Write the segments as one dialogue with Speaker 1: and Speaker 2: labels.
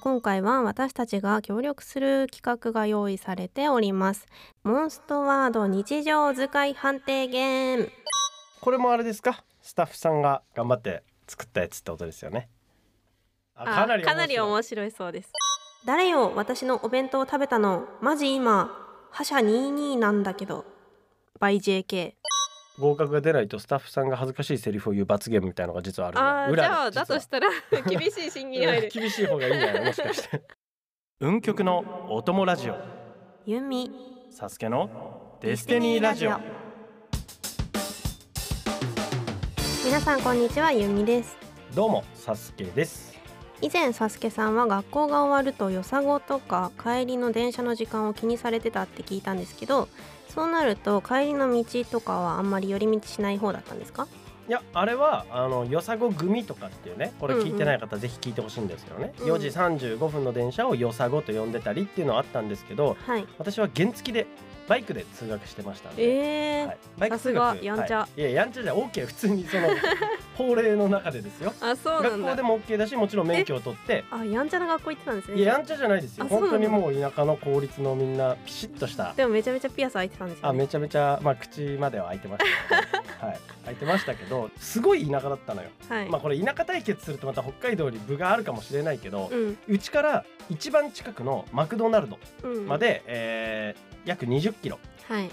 Speaker 1: 今回は私たちが協力する企画が用意されておりますモンストワード日常使い判定ゲーム
Speaker 2: これもあれですかスタッフさんが頑張って作ったやつってことですよねあ
Speaker 1: あ
Speaker 2: かなり面白い
Speaker 1: 面白いそうです誰よ私のお弁当食べたのマジ今覇者22なんだけど by JK
Speaker 2: 合格が出ないとスタッフさんが恥ずかしいセリフを言う罰ゲームみたいなのが実はあるの
Speaker 3: あーじ
Speaker 2: 裏で
Speaker 3: ゃあ
Speaker 2: 実
Speaker 3: だ
Speaker 2: は
Speaker 3: としたら 厳しい審議に入る
Speaker 2: 厳しい方がいいんじゃないもしかして運極のお供ラジオ
Speaker 1: ユミ
Speaker 2: サスケのデスティニーラジオ
Speaker 1: 皆さんこんにちはユミです
Speaker 2: どうもサスケです
Speaker 1: 以前サスケさんは学校が終わるとよさごとか帰りの電車の時間を気にされてたって聞いたんですけどそうなると帰りの道とかはあんまり寄り道しない方だったんですか
Speaker 2: いやあれはあのよさご組とかっていうねこれ聞いてない方ぜひ聞いてほしいんですけどね、
Speaker 1: うん
Speaker 2: 4時35分の電車をよさごと呼んでたりっていうのはあったんですけど
Speaker 1: はい
Speaker 2: 私は原付でバイクで通学してましたんで、
Speaker 3: えー
Speaker 2: はい、バイク通学
Speaker 3: さすがやんちゃ
Speaker 2: はい、いややんちゃじゃ OK 普通 にその法令の中でですよ
Speaker 3: あそうな
Speaker 2: 学
Speaker 3: ん
Speaker 2: 校
Speaker 3: だ
Speaker 2: でも OK だしもちろん免許を取って
Speaker 1: あやんちゃな学校行ってたんですね
Speaker 2: いややんちゃじゃないですよ
Speaker 3: あそうな
Speaker 2: 本
Speaker 3: ん
Speaker 2: 当
Speaker 3: だ
Speaker 2: にもう田舎の公立のみんなピシッとした
Speaker 1: でもめちゃめちゃピアス開いてたんですよ、
Speaker 2: あ
Speaker 1: ね、
Speaker 2: めちゃめちゃまあ口までは開いてましたけ ど、はい開いてましたけどすごい田舎だったのよ
Speaker 1: はい、
Speaker 2: まあこれ田舎対決するとまた北海道に部があるかもしれないけど
Speaker 1: うん
Speaker 2: うちから一番近くのマクドナルド
Speaker 1: うん
Speaker 2: まで、えー約20キロ
Speaker 1: はい、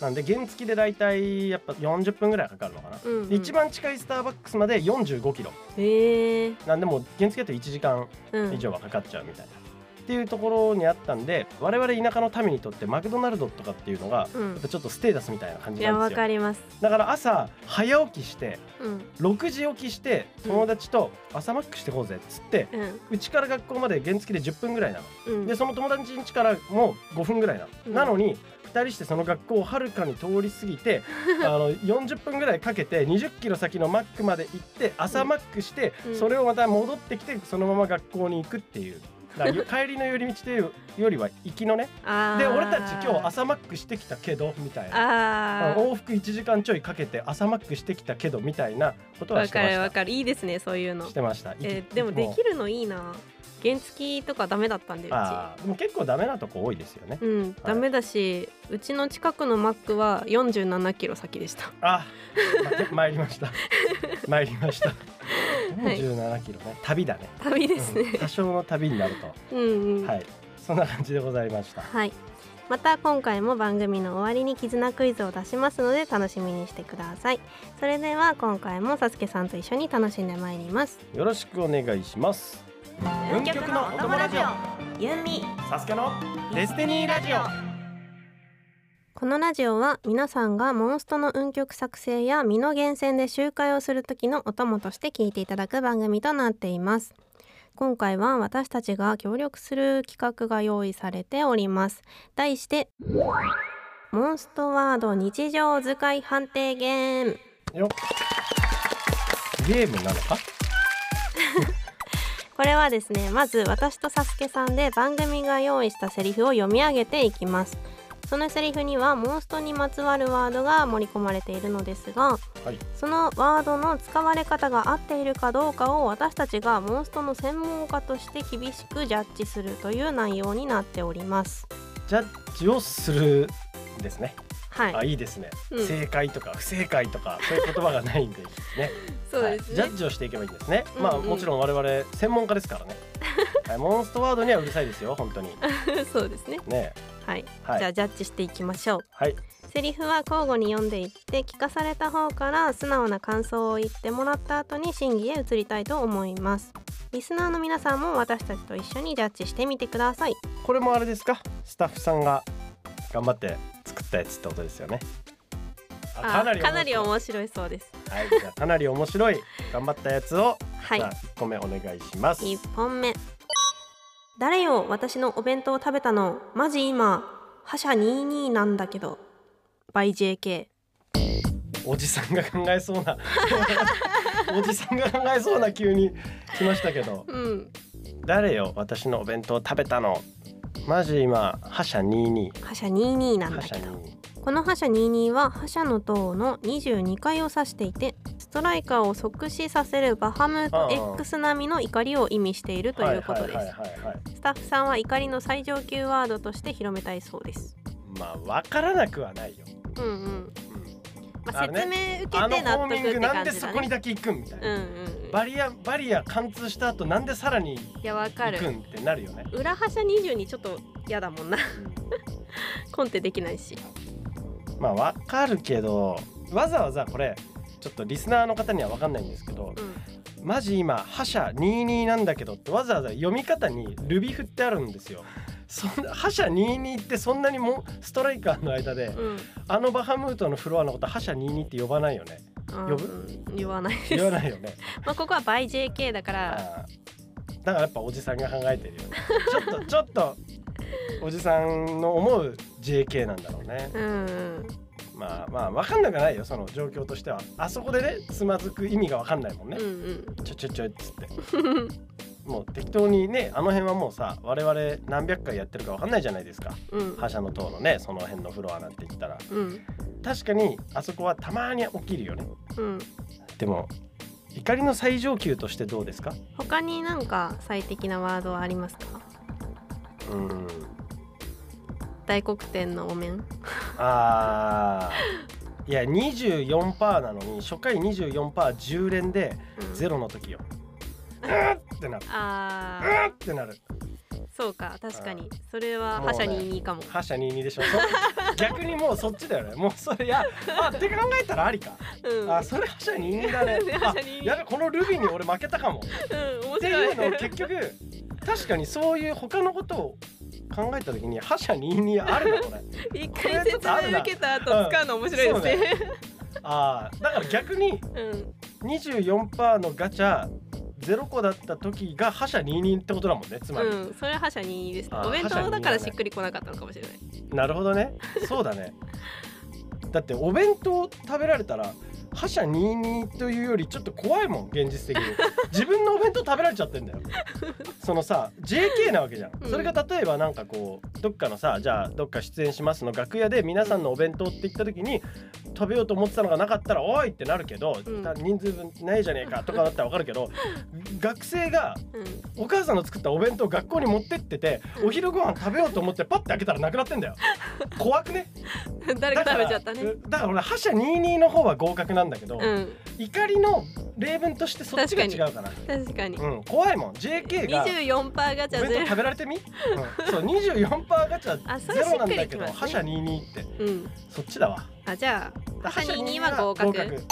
Speaker 2: なんで原付でだいたいやっぱ40分ぐらいかかるのかな、
Speaker 1: うんうん
Speaker 2: で一番近いスターバックスまで45キロ
Speaker 1: へえ
Speaker 2: なんでもう原付だと1時間
Speaker 1: うん
Speaker 2: 以上はかかっちゃうみたいな。っていうところにあったんで我々田舎の民にとってマクドナルドとかっていうのが
Speaker 1: うん
Speaker 2: やっぱちょっとステータスみたいな感
Speaker 1: い
Speaker 2: じ
Speaker 1: や
Speaker 2: なん
Speaker 1: わ
Speaker 2: ですよ
Speaker 1: かります
Speaker 2: だから朝早起きして
Speaker 1: うん
Speaker 2: 6時起きして友達と朝マックしてこうぜっつって
Speaker 1: うん
Speaker 2: うちから学校まで原付で10分ぐらいなの
Speaker 1: うん
Speaker 2: でその友達ん家からもう5分ぐらいなの、
Speaker 1: うん
Speaker 2: なのに2人してその学校をはるかに通り過ぎ てあの40分ぐらいかけて2 0キロ先のマックまで行って朝マックして、
Speaker 1: うん
Speaker 2: それをまた戻ってきてそのまま学校に行くっていう。だからよ 帰りの寄り道というよりは行きのね
Speaker 1: あー
Speaker 2: で俺たち今日朝マックしてきたけどみたいな
Speaker 1: あー
Speaker 2: 往復1時間ちょいかけて朝マックしてきたけどみたいなことは
Speaker 1: わ
Speaker 2: して
Speaker 1: か
Speaker 2: まし
Speaker 1: る
Speaker 2: た
Speaker 1: わかるいいですねそういうの
Speaker 2: してました、
Speaker 1: え
Speaker 2: 行き
Speaker 1: ーでもで
Speaker 2: う
Speaker 1: きるのいいな原付とかダメだったんでうち
Speaker 2: あーでも結構ダメなとこ多いですよね、
Speaker 1: うん、ダメだしうちの近くのマックは47キロ先でした
Speaker 2: あ、ま、参りました。参りました。47キロね、旅だね。
Speaker 1: 旅です
Speaker 2: うん
Speaker 1: ね
Speaker 2: 多少の旅になる
Speaker 1: うんうん
Speaker 2: と、はい、そんな感じでございました。
Speaker 1: はいまた今回も番組の終わりに絆クイズを出しますので楽しみにしてくださいそれでは今回もさすけさんと一緒に楽しんでまいります
Speaker 2: よろしくお願いします。文局のお供ラジ
Speaker 1: オユミ
Speaker 2: サスケのデスティニーラジオ。
Speaker 1: このラジオは皆さんがモンストの運曲作成や身の厳選で集会をする時のお供として聞いていただく番組となっています今回は私たちが協力する企画が用意されております題してモンストワード日常使い判定ゲーム
Speaker 2: よっ。ゲームなのか。
Speaker 1: これはですねまず私とサスケさんで番組が用意したセリフを読み上げていきますそのセリフにはモンストにまつわるワードが盛り込まれているのですが
Speaker 2: はい。
Speaker 1: そのワードの使われ方が合っているかどうかを私たちがモンストの専門家として厳しくジャッジするという内容になっております。
Speaker 2: ジャッジをする。ですね。
Speaker 1: はい、
Speaker 2: あ、いいですね。
Speaker 3: うん
Speaker 2: 正解とか不正解とか、そういう言葉がないんでいいですね。
Speaker 3: そうですね、
Speaker 2: はい、ジャッジをしていけばいいんですね、まあ
Speaker 3: うんうん
Speaker 2: もちろん我々専門家ですからね、はい、モンストワードにはうるさいですよ本当に
Speaker 3: そうですね
Speaker 2: ね
Speaker 1: はい
Speaker 2: はい
Speaker 1: じゃあジャッジしていきましょう。
Speaker 2: はい
Speaker 1: セリフは交互に読んでいって聞かされた方から素直な感想を言ってもらった後に審議へ移りたいと思います。リスナーの皆さんも私たちと一緒にジャッジしてみてください。
Speaker 2: これもあれですかスタッフさんが頑張って作ったやつってことですよねあ
Speaker 1: あかなり
Speaker 2: 面白い
Speaker 1: 面白いそうです。
Speaker 2: はいじゃあかなり面白い頑張ったやつを、
Speaker 1: はい
Speaker 2: じゃあ。1個目お願いします
Speaker 1: 一本目誰よ私のお弁当食べたのマジ今覇者22なんだけど by JK
Speaker 2: おじさんが考えそうな おじさんが考えそうな急に来ましたけど
Speaker 3: うん
Speaker 2: 誰よ私のお弁当食べたのマジ今覇者22
Speaker 1: 覇者22なんだ
Speaker 2: 覇者
Speaker 1: けど
Speaker 2: 22
Speaker 1: この覇者22は覇者の塔の22階を指していてストライカーを即死させるバハムート X 並みの怒りを意味しているということです、
Speaker 2: はいはいはいはいはい
Speaker 1: スタッフさんは怒りの最上級ワードとして広めたいそうです
Speaker 2: まあ分からなくはないよ、
Speaker 1: うんうん、
Speaker 2: う
Speaker 1: まあ、
Speaker 2: あれね
Speaker 1: 説明受け
Speaker 2: ん、あ
Speaker 1: て
Speaker 2: の
Speaker 1: 納
Speaker 2: ホ
Speaker 1: 得
Speaker 2: ーミ
Speaker 1: っ
Speaker 2: ン
Speaker 1: て
Speaker 2: グなん
Speaker 1: 感
Speaker 2: で
Speaker 1: じ
Speaker 2: そ
Speaker 1: だ
Speaker 2: こに
Speaker 1: ね
Speaker 2: だけ行くんみたいな、
Speaker 1: うんうんうん
Speaker 2: バリアバリア貫通した後なんでさらに
Speaker 1: いやわか
Speaker 2: 行く
Speaker 1: る
Speaker 2: んってなるよね、
Speaker 1: 裏覇者22ちょっと嫌だもんな コンテできないし
Speaker 2: まあ分かるけどわざわざこれちょっとリスナーの方には分かんないんですけど
Speaker 1: うん
Speaker 2: マジ今覇者22なんだけどってわざわざ読み方にルビ振ってあるんですよそんな覇者22ってそんなにもストライカーの間で
Speaker 1: うん
Speaker 2: あのバハムートのフロアのこと覇者22って呼ばないよね
Speaker 1: あ
Speaker 2: 呼
Speaker 1: ー言わないです
Speaker 2: 言わないよ ね
Speaker 1: まあここは by JK だから
Speaker 2: あーだからやっぱおじさんが考えてるよねちょっとちょっとおじさんの思う JK なんだろうね
Speaker 1: うんうん
Speaker 2: まあまあ分かんなくはないよその状況としてはあそこでねつまずく意味が分かんないもんね、
Speaker 1: うん
Speaker 2: ちょちょちょっ つって
Speaker 1: うん
Speaker 2: もう適当にねあの辺はもうさ我々何百回やってるか分かんないじゃないですか
Speaker 1: うん
Speaker 2: 覇者の塔のねその辺のフロアなんて言ったら
Speaker 1: うん
Speaker 2: 確かにあそこはたまに起きるよね
Speaker 1: うん
Speaker 2: でも怒りの最上級としてどうですか
Speaker 1: 他になんか最適なワードはありますか
Speaker 2: うん
Speaker 1: 大黒天のお面
Speaker 2: あーいや24%なのに初回 24%10 連で
Speaker 1: うん
Speaker 2: ゼロの時ようーってなる
Speaker 1: あ
Speaker 2: う
Speaker 1: ー
Speaker 2: ーってなる
Speaker 1: そうか確かにそれは覇者
Speaker 2: もうね
Speaker 1: 22かも
Speaker 2: 覇者22でしょ そ逆にもうそっちだよねもうそれいやあって考えたらありか
Speaker 1: うん
Speaker 2: あそれ覇者22だね あ
Speaker 1: 覇者22
Speaker 2: やべこのルビーに俺負けた かもっ
Speaker 1: うん面
Speaker 2: てい
Speaker 1: 白
Speaker 2: うのを
Speaker 1: い
Speaker 2: 結局確かにそういう他のことを考えた時に覇者22あるなこれ
Speaker 1: 一
Speaker 2: こ
Speaker 1: 回
Speaker 2: れちょ
Speaker 1: 説
Speaker 2: っとあるな
Speaker 1: 明受けた後使うの面白いですね
Speaker 2: あーだから逆に
Speaker 1: うん
Speaker 2: 24%のガチャ0個だった時が覇者22ってことだもんねつまり、
Speaker 1: うんそれは覇者22ですね
Speaker 2: あー
Speaker 1: お弁
Speaker 2: 覇者
Speaker 1: 当
Speaker 2: 22
Speaker 1: だからしっくりこなかったのかもしれない
Speaker 2: なるほどねそうだねだってお弁当食べられたら覇者22というよりちょっと怖いもん現実 的に自分のお弁当食べられちゃってんだよそのさ JK なわけじゃん、
Speaker 1: うん
Speaker 2: それが例えばなんかこうどっかのさじゃあどっか出演しますの楽屋で皆さんのお弁当って言った時に食べようと思ってたのがなかったら「おい!」ってなるけど、
Speaker 1: うん
Speaker 2: 人数分ないじゃねえかとかだったらわかるけど学生が
Speaker 1: うん
Speaker 2: お母さんの作ったお弁当を学校に持ってっててお昼ご飯食べようと思ってパッて開けたらなくなっ てんだよ怖くね
Speaker 1: 誰か食べちゃったね
Speaker 2: だからだから俺覇者22の方は合格なんだけど、
Speaker 1: うん
Speaker 2: 怒りの例文としてそっちが違うかな
Speaker 1: 確かに
Speaker 2: うん怖いもん JK が
Speaker 1: 24パーガ
Speaker 2: お
Speaker 1: チャ
Speaker 2: 弁当
Speaker 1: ゼ
Speaker 2: 食べられてみ、うん、そう24%ガチ
Speaker 1: あ
Speaker 2: ャ
Speaker 1: そ
Speaker 2: ゼ
Speaker 1: れしっ
Speaker 2: ロな
Speaker 1: く
Speaker 2: ん
Speaker 1: り
Speaker 2: だけ
Speaker 1: き
Speaker 2: ど
Speaker 1: ますね
Speaker 2: 覇者22って
Speaker 1: ロうん
Speaker 2: そっちだわ
Speaker 1: あじゃあ
Speaker 2: だ
Speaker 1: 覇者22は
Speaker 2: 覇者
Speaker 1: 合格
Speaker 2: 合格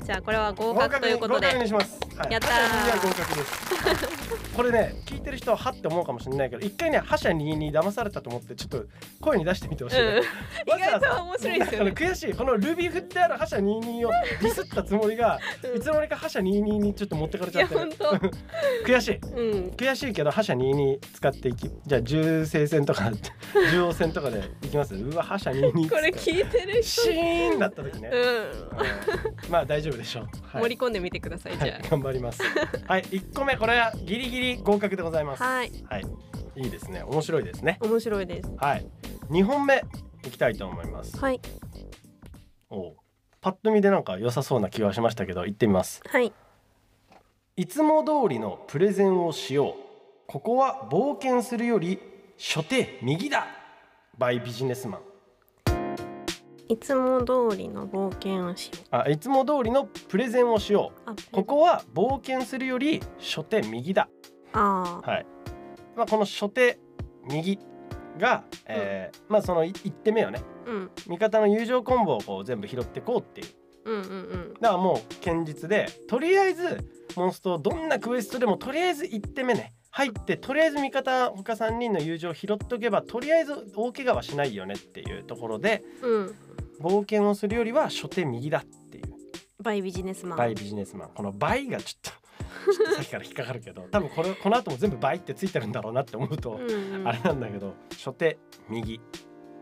Speaker 1: おじゃあこれは合格ということ
Speaker 2: 合格
Speaker 1: で
Speaker 2: にします。はい、
Speaker 1: やったー
Speaker 2: 覇者22は合格です。はいこれね聞いてる人ははって思うかもしれないけど一回ね覇者22に騙されたと思ってちょっと声に出してみてほしい、
Speaker 1: うん
Speaker 2: わざわざ
Speaker 1: 意外と面白いですよね
Speaker 2: あの悔しいこのルビー振ってある覇者22をディスったつもりが、
Speaker 1: うん
Speaker 2: いつの間にか覇者22にちょっと持ってかれ
Speaker 1: い
Speaker 2: ちゃ
Speaker 1: や
Speaker 2: ってる
Speaker 1: 本当
Speaker 2: 悔しい
Speaker 1: うん
Speaker 2: 悔しいけど覇者22使っていきじゃあ重生戦とか重王戦とかでいきますうわ覇者22っ
Speaker 1: これ
Speaker 2: つって
Speaker 1: 聞いてる人
Speaker 2: シ ーンだった時ね、
Speaker 1: うん
Speaker 2: うんまあ大丈夫でしょう、はい
Speaker 1: 盛り込んでみてください
Speaker 2: は
Speaker 1: じゃ
Speaker 2: い、頑張ります。はい、一個目これはギリギリ合格でございます。
Speaker 1: あはい
Speaker 2: はい、いいですね。面白いですね。
Speaker 1: 面白いです
Speaker 2: はい、二本目いきたいと思います。
Speaker 1: はい
Speaker 2: おうパッと見でなんか良さそうな気はしましたけど、行ってみます。
Speaker 1: はい
Speaker 2: いつも通りのプレゼンをしよう。ここは冒険するより初手右だ。バイビジネスマン。
Speaker 1: いつも通りの冒険をしよ
Speaker 2: あ、いつも通りのプレゼンをしよう。
Speaker 1: うあ
Speaker 2: ここは冒険するより初手右だ。
Speaker 1: あー
Speaker 2: はい。まあこの初手右が、えーまあそのい一手目をね
Speaker 1: うん
Speaker 2: 味方の友情コンボをこう全部拾ってこうっていう
Speaker 1: うんうんうん
Speaker 2: だからもう堅実でとりあえずモンストをどんなクエストでもとりあえず一手目ね入ってとりあえず味方他3人の友情を拾っとけばとりあえず大怪我はしないよねっていうところで
Speaker 1: うん
Speaker 2: 冒険をするよりは初手右だっていう
Speaker 1: バイビジネスマン
Speaker 2: バイビジネスマンこの倍がちょっとちょっとさっきから引っかかるけど多分これこの後も全部倍ってついてるんだろうなって思うと。
Speaker 1: うんうん
Speaker 2: あれなんだけど初手右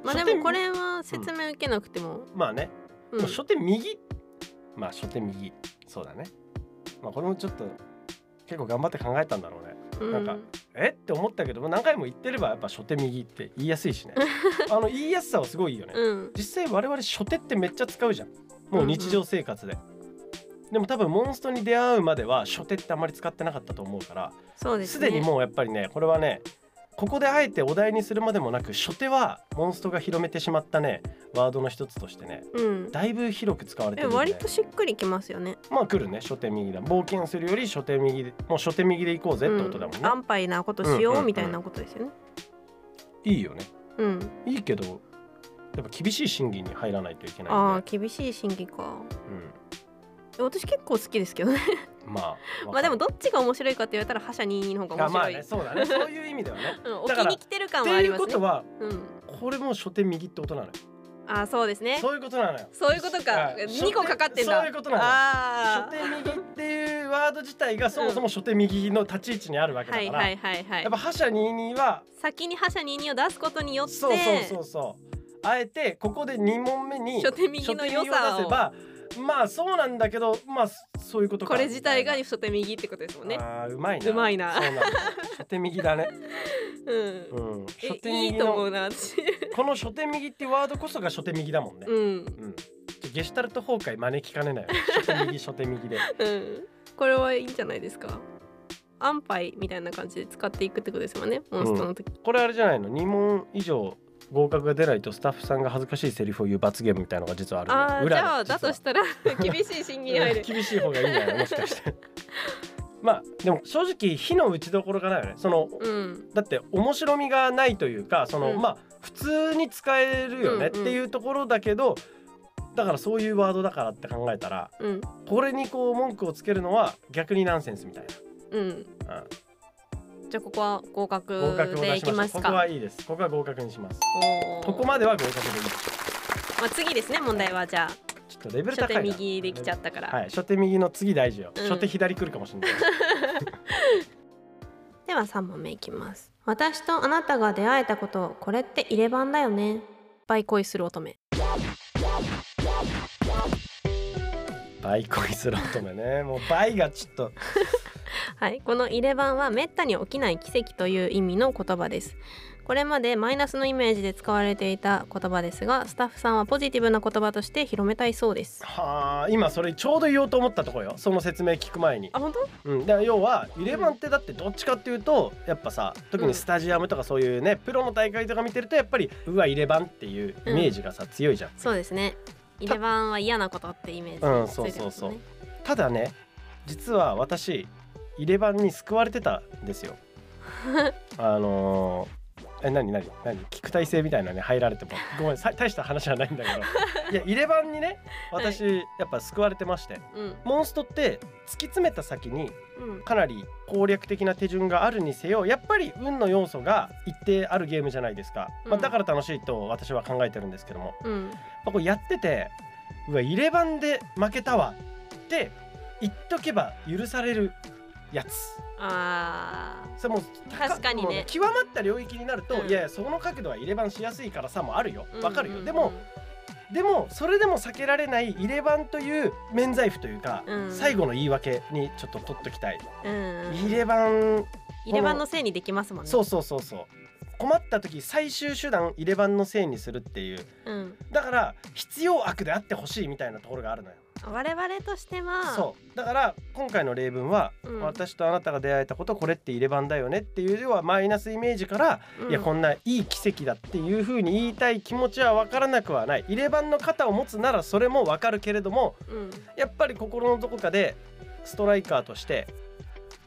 Speaker 1: まあでもこれは説明受けなくても
Speaker 2: まあね、
Speaker 1: うん
Speaker 2: もう初手右まあ初手右そうだねまあこれもちょっと結構頑張って考えたんだろうねなんかえって思ったけども何回も言ってればやっぱ初手右って言いやすい しねあの言いやすさはすごいいいよね、
Speaker 1: うん
Speaker 2: 実際我々初手ってめっちゃ使うじゃんもう日常生活で、でも多分モンストに出会うまでは初手ってあまり使ってなかったと思うから
Speaker 1: そうですす
Speaker 2: で、
Speaker 1: ね。
Speaker 2: にもうやっぱりねこれはねここであえてお題にするまでもなく初手はモンストが広めてしまったねワードの一つとしてね
Speaker 1: うん。
Speaker 2: だいぶ広く使われて
Speaker 1: え
Speaker 2: るんで
Speaker 1: 割としっくりきますよね。
Speaker 2: まあ来るね初手右だ冒険するより初手右でもう初手右で行こうぜってことだもんね
Speaker 1: うん、、安牌なことしよ
Speaker 2: うんうん
Speaker 1: う
Speaker 2: うん
Speaker 1: みたいなことですよね。
Speaker 2: いいよね
Speaker 1: うん
Speaker 2: いいけどやっぱ厳しい審議に入らないといけない
Speaker 1: ああ
Speaker 2: んで、
Speaker 1: 厳しい審議か。え私結構好きですけどね。
Speaker 2: うん、まあ
Speaker 1: まあでもど
Speaker 2: っ
Speaker 1: っちが面白いかって言われたら覇者22の方が面
Speaker 2: まあ
Speaker 1: 白い。
Speaker 2: ねそう だねそういう意味ではね
Speaker 1: うん、
Speaker 2: だ
Speaker 1: 置き
Speaker 2: から
Speaker 1: に来てる感
Speaker 2: って
Speaker 1: はあ
Speaker 2: い
Speaker 1: り
Speaker 2: う
Speaker 1: ます
Speaker 2: こ
Speaker 1: ね
Speaker 2: と。は
Speaker 1: うん。
Speaker 2: これもう初手右ってことなのよ
Speaker 1: あーそうですね。
Speaker 2: そういうことなのよ
Speaker 1: そういうことか。
Speaker 2: はい
Speaker 1: 二個かかってんだ。
Speaker 2: そういうことなのよ
Speaker 1: あ
Speaker 2: 初
Speaker 1: あ
Speaker 2: 手。右っていうワード自体がそもそも初手右の立ち位置にあるわけだ
Speaker 1: は
Speaker 2: か
Speaker 1: い
Speaker 2: ら、
Speaker 1: はいはいは
Speaker 2: や
Speaker 1: い
Speaker 2: っぱ。覇者22は
Speaker 1: 先に覇者22を出すことによって。
Speaker 2: そうそうそうそうあえてここで2問目に
Speaker 1: 初手右の良さを
Speaker 2: 初手右出せばまあそうなんだけどまあそういうことか
Speaker 1: これ自体が
Speaker 2: み
Speaker 1: 初手右ってことですもん
Speaker 2: たい
Speaker 1: ね。
Speaker 2: なあーうまいな
Speaker 1: うまいな
Speaker 2: そうなんだ初手 右だね、
Speaker 1: うん。
Speaker 2: うん、初手
Speaker 1: えい
Speaker 2: 右
Speaker 1: いと思
Speaker 2: の
Speaker 1: うな私。
Speaker 2: この初手右ってワードこそが初手右だもんね、
Speaker 1: うん。
Speaker 2: うんゲシュタルト崩壊招きかねないよね初手右初手右で
Speaker 1: うん、これはいいんじゃないですか安牌みたいな感じで使っていくってことですもんねモンストの時、
Speaker 2: これあれじゃないの2問以上合格が出ないとスタッフさんが恥ずかしいセリフを言う罰ゲームみたいのが実はあるのよ
Speaker 1: ああじ
Speaker 2: 裏で
Speaker 1: ゃあだ
Speaker 2: 実
Speaker 1: と
Speaker 2: は
Speaker 1: したら厳しい審議に入る
Speaker 2: 厳しい方がいいんじゃないもしかして まあでも正直火の打ちどころがないよねその、
Speaker 1: うん
Speaker 2: だって面白みがないというかその、
Speaker 1: うん
Speaker 2: まあ普通に使えるよねっ
Speaker 1: うんう
Speaker 2: て
Speaker 1: ん
Speaker 2: いうところだけど、だからそういうワードだからって考えたら
Speaker 1: うん
Speaker 2: これにこう文句をつけるのは逆にナンセンスみたい
Speaker 1: うん
Speaker 2: な、うん
Speaker 1: じゃあここは合格
Speaker 2: 合格を
Speaker 1: で
Speaker 2: 出
Speaker 1: い
Speaker 2: し
Speaker 1: き
Speaker 2: ま
Speaker 1: ま
Speaker 2: した
Speaker 1: す
Speaker 2: ここ
Speaker 1: か
Speaker 2: はいいですここは合格にします
Speaker 1: おー
Speaker 2: ここまでは合格でいい
Speaker 1: まあ、次ですね問題はじゃあ
Speaker 2: ちょっとレベ
Speaker 1: 初
Speaker 2: ル高い
Speaker 1: 手
Speaker 2: な
Speaker 1: 右できちゃったから、
Speaker 2: はい初手右の次大事よ、
Speaker 1: うん
Speaker 2: 初手左来るかもしれない
Speaker 1: では3問目いきます私とあなたが出会えたことこれって入れ歯だよね倍恋する乙女
Speaker 2: 倍恋する乙女ね もう倍がちょっと
Speaker 1: はい、この入れ歯はめったに起きない奇跡という意味の言葉ですこれまでマイナスのイメージで使われていた言葉ですがスタッフさんはポジティブな言葉として広めたいそうです
Speaker 2: はあ今それちょうど言おうと思ったところよその説明聞く前に、
Speaker 1: あ本当
Speaker 2: うん、だから要はイレブンってだってどっちかっていうとやっぱさ特にスタジアムとかそういうね、プロの大会とか見てるとやっぱりうわイレバンっていうイメージがさ、強いじゃん
Speaker 1: そうですね入れ歯は嫌なことってイメージ
Speaker 2: うん
Speaker 1: ついてますね
Speaker 2: そうそうそうただね実は私イレバンに救われてたんで すよあのーえ何何何聞く体制みたいなね入られてもごめんさ大した話はないん だけどいや入れ歯にね私、やっぱ救われてまして
Speaker 1: うん
Speaker 2: モンストって突き詰めた先に
Speaker 1: うん
Speaker 2: かなり攻略的な手順があるにせよやっぱり運の要素が一定あるゲームじゃないですか、ま
Speaker 1: う
Speaker 2: あ、
Speaker 1: ん
Speaker 2: だから楽しいと私は考えてるんですけども、
Speaker 1: うん
Speaker 2: まあ、これやっててうわ入れ番で負けたわって言っとけば許されるやつ
Speaker 1: あ
Speaker 2: それもう
Speaker 1: 確かにね
Speaker 2: もう極まった領域になると、
Speaker 1: うん
Speaker 2: いやいやその角度は入れ番しやすいからさもあるよ
Speaker 1: ー
Speaker 2: わかるよ、
Speaker 1: うんうんうん
Speaker 2: でもでもそれでも避けられない入れ番という免罪符というか、
Speaker 1: うん
Speaker 2: 最後の言い訳にちょっと取っときたい、
Speaker 1: うんうん
Speaker 2: 入れ番
Speaker 1: 入れ歯のせいにできますもんね
Speaker 2: そうそうそうそう困った時最終手段入れ番のせいにするっていう
Speaker 1: うん
Speaker 2: だから必要悪であってほしいみたいなところがあるのよ
Speaker 1: 我々としては
Speaker 2: そうだから今回の例文は、
Speaker 1: うん
Speaker 2: 私とあなたが出会えたことこれって入れ番だよねっていう要はマイナスイメージから、
Speaker 1: うん、
Speaker 2: いやこんないい奇跡だっていう風に言いたい気持ちは分からなくはない入れ番の肩を持つならそれも分かるけれども
Speaker 1: うん
Speaker 2: やっぱり心のどこかでストライカーとして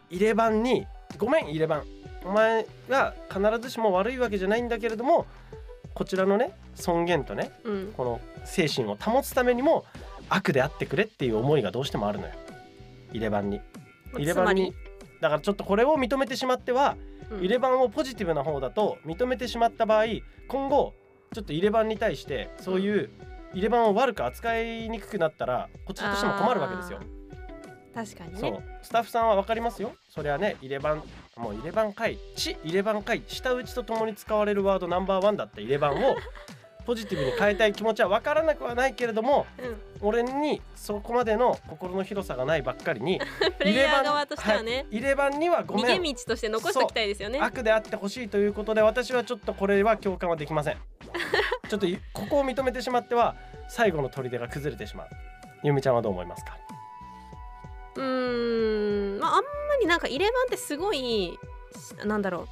Speaker 2: 入れ番に「ごめん入れ番お前が必ずしも悪いわけじゃないんだけれどもこちらのね尊厳とね
Speaker 1: うん
Speaker 2: この精神を保つためにも悪であってくれっていう思いがどうしてもあるのよ入れ歯に入れ
Speaker 1: つま
Speaker 2: 歯
Speaker 1: り
Speaker 2: にだからちょっとこれを認めてしまっては
Speaker 1: うん
Speaker 2: 入れ歯をポジティブな方だと認めてしまった場合今後ちょっと入れ歯に対してそういう入れ歯を悪く扱いにくくなったらこちらとしても困るわけですよ
Speaker 1: あー確かに
Speaker 2: そ
Speaker 1: ね
Speaker 2: うスタッフさんは分かりますよそれはね入れ歯もう入れ歯回ち入れ歯回舌打ちとともに使われるワードナンバーワンだった入れ 歯をポジティブに変えたい気持ちは分からなくはないけれども
Speaker 1: うん
Speaker 2: 俺にそこまでの心の広さがないばっかりに
Speaker 1: プレイヤー側としてはね、
Speaker 2: 入れ歯にはご
Speaker 1: 逃
Speaker 2: め
Speaker 1: げ道
Speaker 2: ん
Speaker 1: として残しておきたいですよね。
Speaker 2: 悪であってほしいということで私はちょっとこれは共感はできませ んちょっといここを認めてしまっては最後の砦が崩れてしまうゆみちゃんはどう思いますか
Speaker 1: うーんまああんまりなんか「イレバン」ってすごいしなんだろう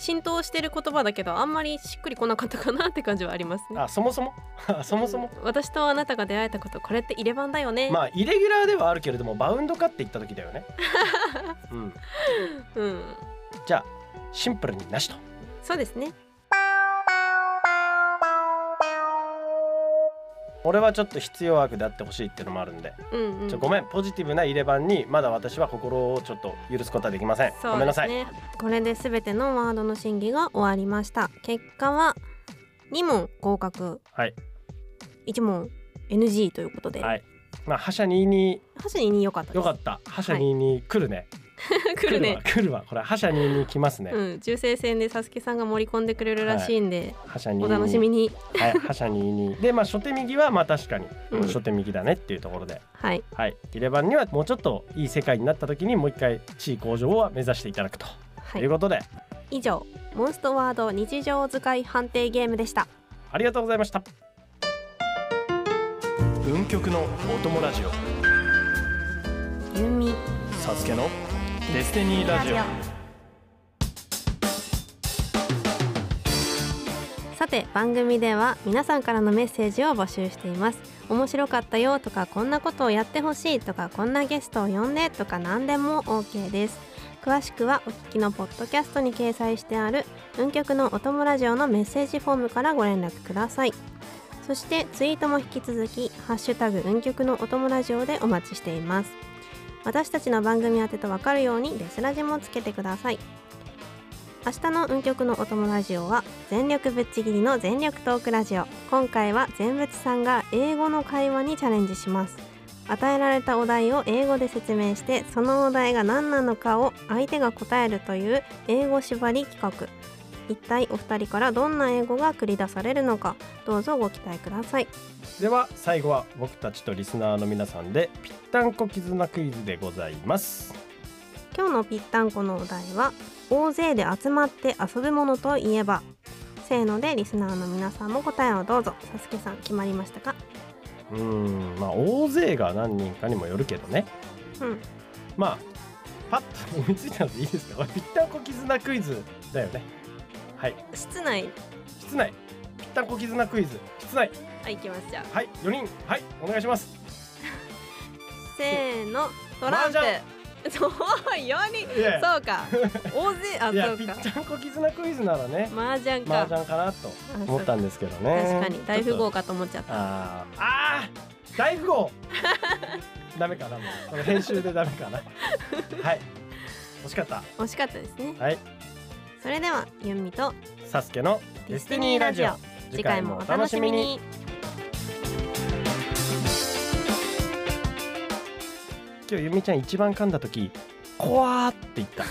Speaker 1: 浸透してる言葉だけどあんまりしっくりこなかったかなって感じはありますね。
Speaker 2: あそもそも あそもそも、
Speaker 1: うん私とあなたが出会えたことこれって「イレバン」だよね。
Speaker 2: まあイレギュラーではあるけれどもバウンドかって言った時だ よね、うん、
Speaker 1: うん、
Speaker 2: じゃあシンプルになしと
Speaker 1: そうですね。
Speaker 2: 俺はちょっと必要悪であってほしいっていうのもあるんで、
Speaker 1: うんうん、
Speaker 2: ちょごめんポジティブな入れ版にまだ私は心をちょっと許すことはできません、ごめんなさい
Speaker 1: そうですねこれで全てのワードの審議が終わりました結果は2問合格
Speaker 2: はい
Speaker 1: 1問 NG ということで、
Speaker 2: はいまあ覇者2に
Speaker 1: 箸に2良かったです
Speaker 2: よかった覇者2に来るね、
Speaker 1: 来るね
Speaker 2: 来るわ来るわこれ覇者2に来ますね、
Speaker 1: うん、中世戦でサスケさんが盛り込んでくれるらしいんで、
Speaker 2: 覇者2に
Speaker 1: お楽しみに
Speaker 2: はい覇者2にでまあ初手右はまあ確かに、
Speaker 1: うん
Speaker 2: うん初手右だねっていうところで
Speaker 1: はい
Speaker 2: はい入れ版にはもうちょっといい世界になった時にもう一回地位向上を目指していただくと、、
Speaker 1: はい
Speaker 2: う
Speaker 1: い
Speaker 2: ことで
Speaker 1: 以上モンストワード日常使い判定ゲームでした
Speaker 2: ありがとうございました文局のお友ラジオ
Speaker 1: ゆみ
Speaker 2: サスケのデスティニーラジオ
Speaker 1: さて番組では皆さんからのメッセージを募集しています面白かったよとかこんなことをやってほしいとかこんなゲストを呼んでとか何でも OK です詳しくはお聞きのポッドキャストに掲載してある運極のお供ラジオのメッセージフォームからご連絡くださいそしてツイートも引き続きハッシュタグ運極のお供ラジオでお待ちしています私たちの番組宛てとわかるようにデスラジもつけてください明日の運極のお供ラジオは全力ぶっちぎりの全力トークラジオ今回は全仏さんが英語の会話にチャレンジします与えられたお題を英語で説明してそのお題が何なのかを相手が答えるという英語縛り企画一体お二人からどんな英語が繰り出されるのかどうぞご期待ください
Speaker 2: では最後は僕たちとリスナーの皆さんでぴったんこ絆クイズでございます
Speaker 1: 今日のぴったんこのお題は大勢で集まって遊ぶものといえばせーのでリスナーの皆さんも答えをどうぞさすけさん決まりましたか
Speaker 2: うーんまあ大勢が何人かにもよるけどね
Speaker 1: うん
Speaker 2: まあパッと思いついたのでいいですかぴったんこ絆クイズだよねはい
Speaker 1: 室内
Speaker 2: 室内ぴったんこ絆クイズ室内
Speaker 1: はい行きますじゃあ
Speaker 2: はい4人はいお願いします
Speaker 1: せーのトランプ
Speaker 2: 麻
Speaker 1: そう4人
Speaker 2: いやいや
Speaker 1: そうか大勢あ
Speaker 2: いや
Speaker 1: そう
Speaker 2: ぴっ
Speaker 1: か
Speaker 2: たんこ絆クイズならね
Speaker 1: 麻雀
Speaker 2: 麻
Speaker 1: か
Speaker 2: 雀かなと
Speaker 1: あ
Speaker 2: 思ったんですけどね
Speaker 1: そう確かに大富
Speaker 2: ちょっ
Speaker 1: 豪
Speaker 2: と
Speaker 1: かと思っちゃった
Speaker 2: あーあー大富豪 ダメかなもうこの編集でダメ かなはい惜しかった
Speaker 1: 惜しかったですね
Speaker 2: はい
Speaker 1: それではユンミと
Speaker 2: サスケのデスティニーラジオ
Speaker 1: 次回もお楽しみに
Speaker 2: 今日ゆみちゃん一番噛んだ時怖ーって言った